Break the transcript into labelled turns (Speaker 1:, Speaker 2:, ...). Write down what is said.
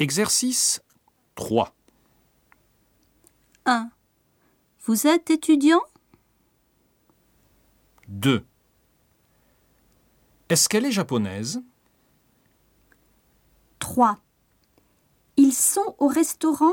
Speaker 1: Exercice 3.
Speaker 2: 1. Vous êtes étudiant
Speaker 1: 2. Est-ce qu'elle est japonaise
Speaker 2: 3. Ils sont au restaurant